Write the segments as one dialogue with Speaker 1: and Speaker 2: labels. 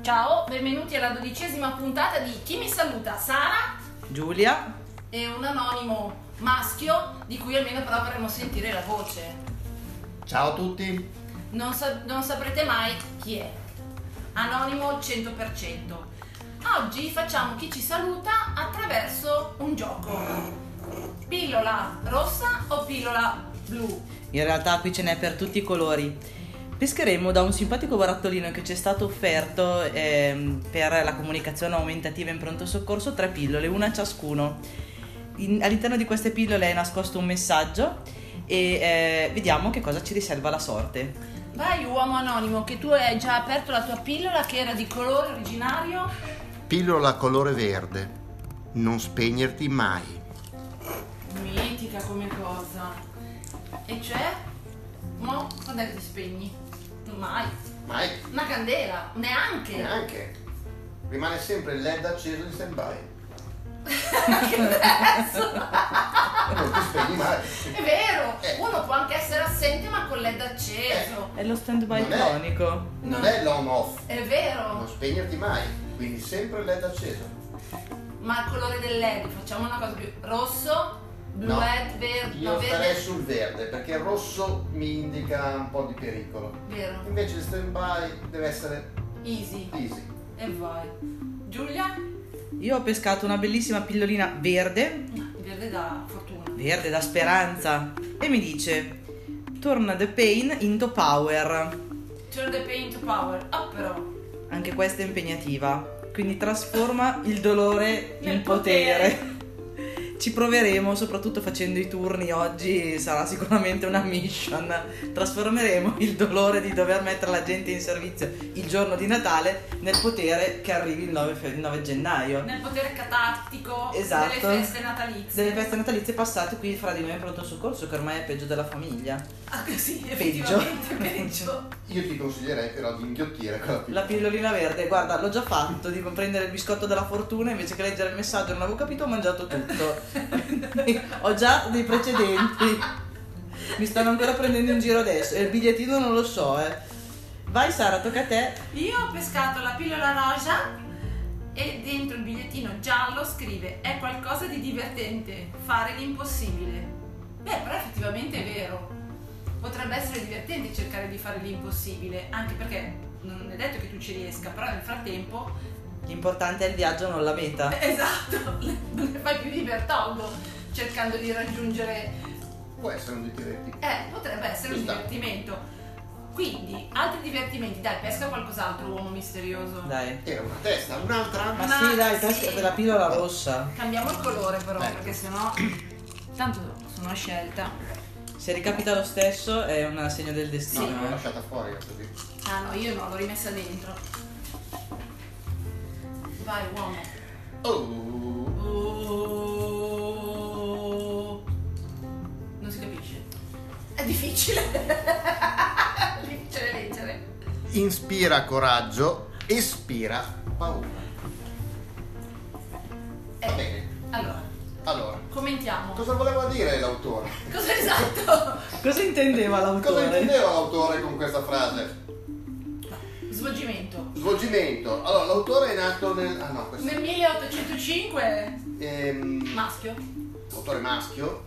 Speaker 1: Ciao, benvenuti alla dodicesima puntata di Chi mi saluta? Sara
Speaker 2: Giulia,
Speaker 1: è un anonimo maschio di cui almeno però vorremmo sentire la voce.
Speaker 3: Ciao a tutti,
Speaker 1: Non, sa- non saprete mai chi è. Anonimo 100%. Oggi facciamo chi ci saluta attraverso un gioco. Pillola rossa o pillola blu?
Speaker 2: in realtà qui ce n'è per tutti i colori. Pescheremo da un simpatico barattolino che ci è stato offerto ehm, per la comunicazione aumentativa in pronto soccorso tre pillole, una a ciascuno. In- all'interno di queste pillole è nascosto un messaggio e eh, vediamo che cosa ci riserva la sorte.
Speaker 1: Vai uomo anonimo che tu hai già aperto la tua pillola che era di colore originario.
Speaker 3: pillola colore verde, non spegnerti mai.
Speaker 1: Mitica come cosa. E cioè? Mo, quando è che ti spegni? Mai.
Speaker 3: Mai,
Speaker 1: Una candela, neanche.
Speaker 3: neanche. Rimane sempre il led acceso in stand by.
Speaker 1: che prezzo!
Speaker 3: Non ti spegni mai.
Speaker 1: eh, È vero,
Speaker 3: Eh.
Speaker 1: uno può anche essere assente ma con LED acceso.
Speaker 2: È lo stand by
Speaker 3: Non è.
Speaker 2: cronico.
Speaker 3: Non è l'on off,
Speaker 1: È
Speaker 3: non
Speaker 1: vero,
Speaker 3: spegnerti mai. Quindi sempre il led acceso.
Speaker 1: ma il colore del LED, facciamo una cosa più rosso, blu
Speaker 3: No.
Speaker 1: LED, verde,
Speaker 3: Io
Speaker 1: no,
Speaker 3: starei
Speaker 1: verde,
Speaker 3: sul verde perché il rosso mi indica un po' di pericolo.
Speaker 1: vero,
Speaker 3: Invece il stand by deve essere
Speaker 1: easy.
Speaker 3: easy.
Speaker 1: E vai. Giulia? Ah,
Speaker 2: Io ho pescato una bellissima pillolina verde
Speaker 1: Verde da fortuna.
Speaker 2: Verde da speranza. E mi dice: Torna the pain into power.
Speaker 1: Turn the paint to power. Up però.
Speaker 2: Anche questa è impegnativa. Quindi trasforma il dolore
Speaker 1: Nel
Speaker 2: in potere. Ci proveremo, soprattutto facendo i turni oggi sarà sicuramente una mission. Trasformeremo il dolore di dover mettere la gente in servizio il giorno di Natale nel potere che arrivi il 9, fe- il 9 gennaio.
Speaker 1: Nel potere catartico
Speaker 2: Esatto.
Speaker 1: delle feste natalizie.
Speaker 2: Delle feste natalizie passate qui fra di noi in pronto soccorso che ormai è peggio della famiglia.
Speaker 1: Ah, sì,
Speaker 2: Peggio.
Speaker 1: effettivamente peggio.
Speaker 3: Io ti consiglierei però di inghiottire quella pillola.
Speaker 2: La pillolina verde, guarda, l'ho già fatto, devo prendere il biscotto della fortuna invece che leggere il messaggio, non avevo capito, ho mangiato tutto. ho già dei precedenti. Mi stanno ancora prendendo in giro adesso e il bigliettino non lo so, eh. Vai Sara, tocca a te.
Speaker 1: Io ho pescato la pillola rosa e dentro il bigliettino giallo scrive è qualcosa di divertente, fare l'impossibile. Beh, però effettivamente è vero. Potrebbe essere divertente cercare di fare l'impossibile, anche perché non è detto che tu ci riesca, però nel frattempo
Speaker 2: L'importante è il viaggio, non la meta.
Speaker 1: Esatto, ne fai più di Bertoldo cercando di raggiungere.
Speaker 3: Può essere un direttivo.
Speaker 1: Eh, potrebbe essere un
Speaker 3: Ci sta.
Speaker 1: divertimento. Quindi, altri divertimenti, dai, pesca qualcos'altro, uomo misterioso.
Speaker 2: Dai.
Speaker 3: Era una testa, un'altra.
Speaker 2: Ma
Speaker 1: Ma
Speaker 2: sì, dai,
Speaker 1: sì.
Speaker 2: pesca della pillola rossa.
Speaker 1: Cambiamo il colore però,
Speaker 3: Ecco.
Speaker 1: perché sennò. Tanto sono a scelta.
Speaker 2: Se ricapita lo stesso è un segno del
Speaker 3: No,
Speaker 2: destino.
Speaker 3: l'ho
Speaker 2: eh.
Speaker 3: lasciata fuori così.
Speaker 1: Ah no, io no, l'ho rimessa dentro. Vai, uomo.
Speaker 3: Oh,
Speaker 1: Oh. Non si capisce. È difficile. difficile leggere.
Speaker 3: Inspira coraggio, espira paura. Va
Speaker 1: Eh,
Speaker 3: bene,
Speaker 1: allora,
Speaker 3: allora,
Speaker 1: commentiamo.
Speaker 3: cosa voleva dire l'autore?
Speaker 1: Cosa esatto?
Speaker 2: Cosa intendeva
Speaker 3: Cosa
Speaker 2: l'autore?
Speaker 3: intendeva l'autore con questa frase?
Speaker 1: Svolgimento.
Speaker 3: Svolgimento. Allora, l'autore è nato nel... Ah no, questo...
Speaker 1: Nel 1805
Speaker 3: Ehm,
Speaker 1: maschio.
Speaker 3: autore maschio.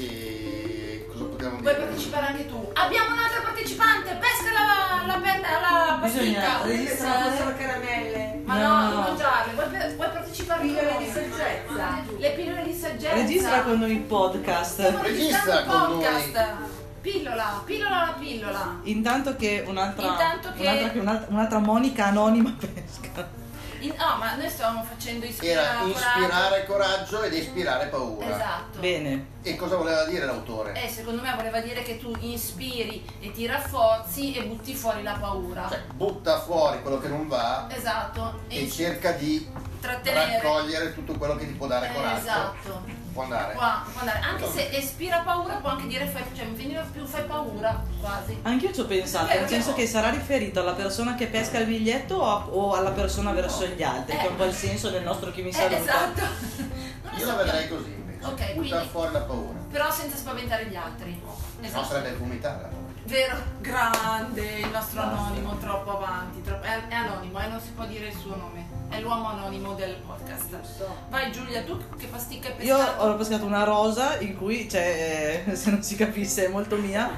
Speaker 3: E... Cosa potevamo
Speaker 1: Vuoi
Speaker 3: dire?
Speaker 1: partecipare anche tu? Abbiamo un'altra partecipante, pesca la, la, penna, la
Speaker 2: Bisogna
Speaker 1: pasticca. Eh,
Speaker 2: registrare.
Speaker 4: Sono caramelle.
Speaker 1: Ma
Speaker 2: No,
Speaker 1: no,
Speaker 2: no,
Speaker 1: non
Speaker 2: no.
Speaker 1: mangiarle, vuoi, pe- vuoi partecipare
Speaker 4: Pillole
Speaker 1: con
Speaker 4: di
Speaker 1: noi?
Speaker 4: saggezza.
Speaker 1: Le pillole di saggezza.
Speaker 2: Registra con noi il podcast.
Speaker 1: Stiamo registrando
Speaker 3: Registra
Speaker 1: un
Speaker 3: con
Speaker 1: podcast. Pillola, pillola alla pillola.
Speaker 2: Intanto che un'altra,
Speaker 1: Intanto che-
Speaker 2: un'altra, un'altra- un'altra Monica anonima pesca.
Speaker 1: In- no, ma noi stavamo facendo ispirare.
Speaker 3: Era inspirare coraggio ed ispirare paura.
Speaker 1: Esatto.
Speaker 2: Bene,
Speaker 3: E cosa voleva dire l'autore?
Speaker 1: Eh, secondo me voleva dire che tu inspiri e ti rafforzi e butti fuori la paura.
Speaker 3: Cioè, butta fuori quello che non va
Speaker 1: Esatto.
Speaker 3: e
Speaker 1: E
Speaker 3: cerca di
Speaker 1: trattenere.
Speaker 3: raccogliere tutto quello che ti può dare
Speaker 1: Eh,
Speaker 3: coraggio.
Speaker 1: esatto.
Speaker 3: Può andare.
Speaker 1: Qua, può andare. Anche se espira paura può anche dire fai, cioè, mi veniva più fai paura, quasi.
Speaker 2: anch'io ci ho pensato,
Speaker 1: Vero,
Speaker 2: nel senso
Speaker 1: no?
Speaker 2: che sarà riferito alla persona che pesca il biglietto o, a- o alla persona verso gli altri,
Speaker 1: Eh.
Speaker 2: che è un po' il senso del nostro chi mi
Speaker 1: Eh,
Speaker 2: saluta.
Speaker 1: esatto. Non lo
Speaker 3: Io
Speaker 1: so.
Speaker 3: la vedrei così invece.
Speaker 1: Ok,
Speaker 3: buttare
Speaker 1: quindi-
Speaker 3: fuori la paura.
Speaker 1: Però senza spaventare gli altri.
Speaker 3: No,
Speaker 1: Esatto.
Speaker 3: sarebbe vomitare la paura.
Speaker 1: Vero, grande, il nostro
Speaker 3: Basta.
Speaker 1: anonimo, troppo avanti. troppo- È, è anonimo, e non si può dire il suo nome. È l'uomo anonimo del podcast.
Speaker 3: So.
Speaker 1: Vai Giulia, tu che pasticca hai
Speaker 2: Io
Speaker 1: pescato?
Speaker 2: ho pescato una rosa in cui c'è, eh, se non si capisse, è molto mia.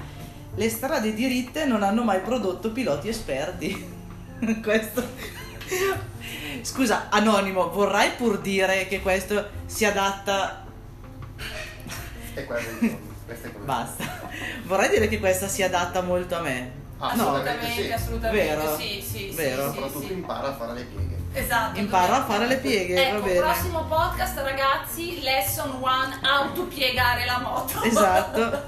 Speaker 2: Le strade diritte non hanno mai prodotto piloti esperti. questo. Scusa, anonimo, vorrai pur dire che questo si adatta.
Speaker 3: E quello è il Questo è quello.
Speaker 2: Basta. Vorrei dire che questa si adatta molto a me.
Speaker 3: Ah,
Speaker 1: Assolutamente,
Speaker 3: sì.
Speaker 1: assolutamente.
Speaker 2: Vero?
Speaker 1: Sì, sì, sì,
Speaker 2: Vero?
Speaker 1: sì,
Speaker 3: Soprattutto
Speaker 1: sì.
Speaker 3: impara a fare le pieghe.
Speaker 1: Esatto.
Speaker 2: Imparo a
Speaker 1: dobbiamo-
Speaker 2: fare le pieghe, va
Speaker 1: Ecco,
Speaker 2: bene.
Speaker 1: prossimo podcast ragazzi, lesson one, how to piegare la moto.
Speaker 2: Esatto.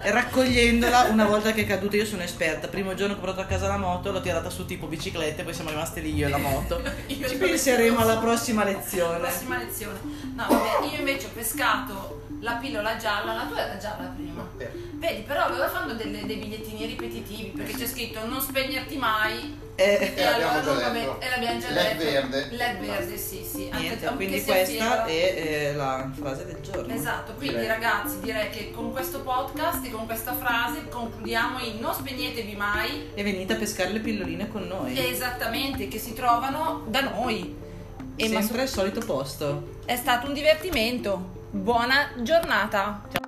Speaker 2: E raccogliendola una volta che è caduta io sono esperta. Primo giorno che ho portato a casa la moto l'ho tirata su tipo bicicletta e poi siamo rimaste lì io e la moto.
Speaker 1: Io
Speaker 2: Ci
Speaker 1: non
Speaker 2: penseremo
Speaker 1: so.
Speaker 2: alla prossima lezione.
Speaker 1: Prossima lezione. No, vabbè, io invece ho pescato la pillola gialla, la tua era gialla prima.
Speaker 3: Ma per-
Speaker 1: Vedi, però loro fanno delle- dei bigliettini ripetitivi perché c'è scritto non spegnerti mai
Speaker 2: Eh,
Speaker 3: E l'abbiamo già
Speaker 1: non va
Speaker 3: detto.
Speaker 1: bene. e l'abbiamo già
Speaker 3: Led
Speaker 1: detto.
Speaker 3: verde.
Speaker 1: Led verde, sì, sì. Anche-
Speaker 2: niente,
Speaker 1: anche
Speaker 2: quindi
Speaker 1: se fiero.
Speaker 2: questa è eh, la frase del giorno.
Speaker 1: Esatto, quindi
Speaker 3: Direi.
Speaker 1: ragazzi direi che con questo podcast e con questa frase concludiamo in non spegnetevi mai,
Speaker 2: E venite a pescare le pilloline con noi.
Speaker 1: Eh, esattamente, che si trovano da noi. E ma
Speaker 2: Sempre al solito posto.
Speaker 1: so- è stato un divertimento. Buona giornata.
Speaker 2: Ciao.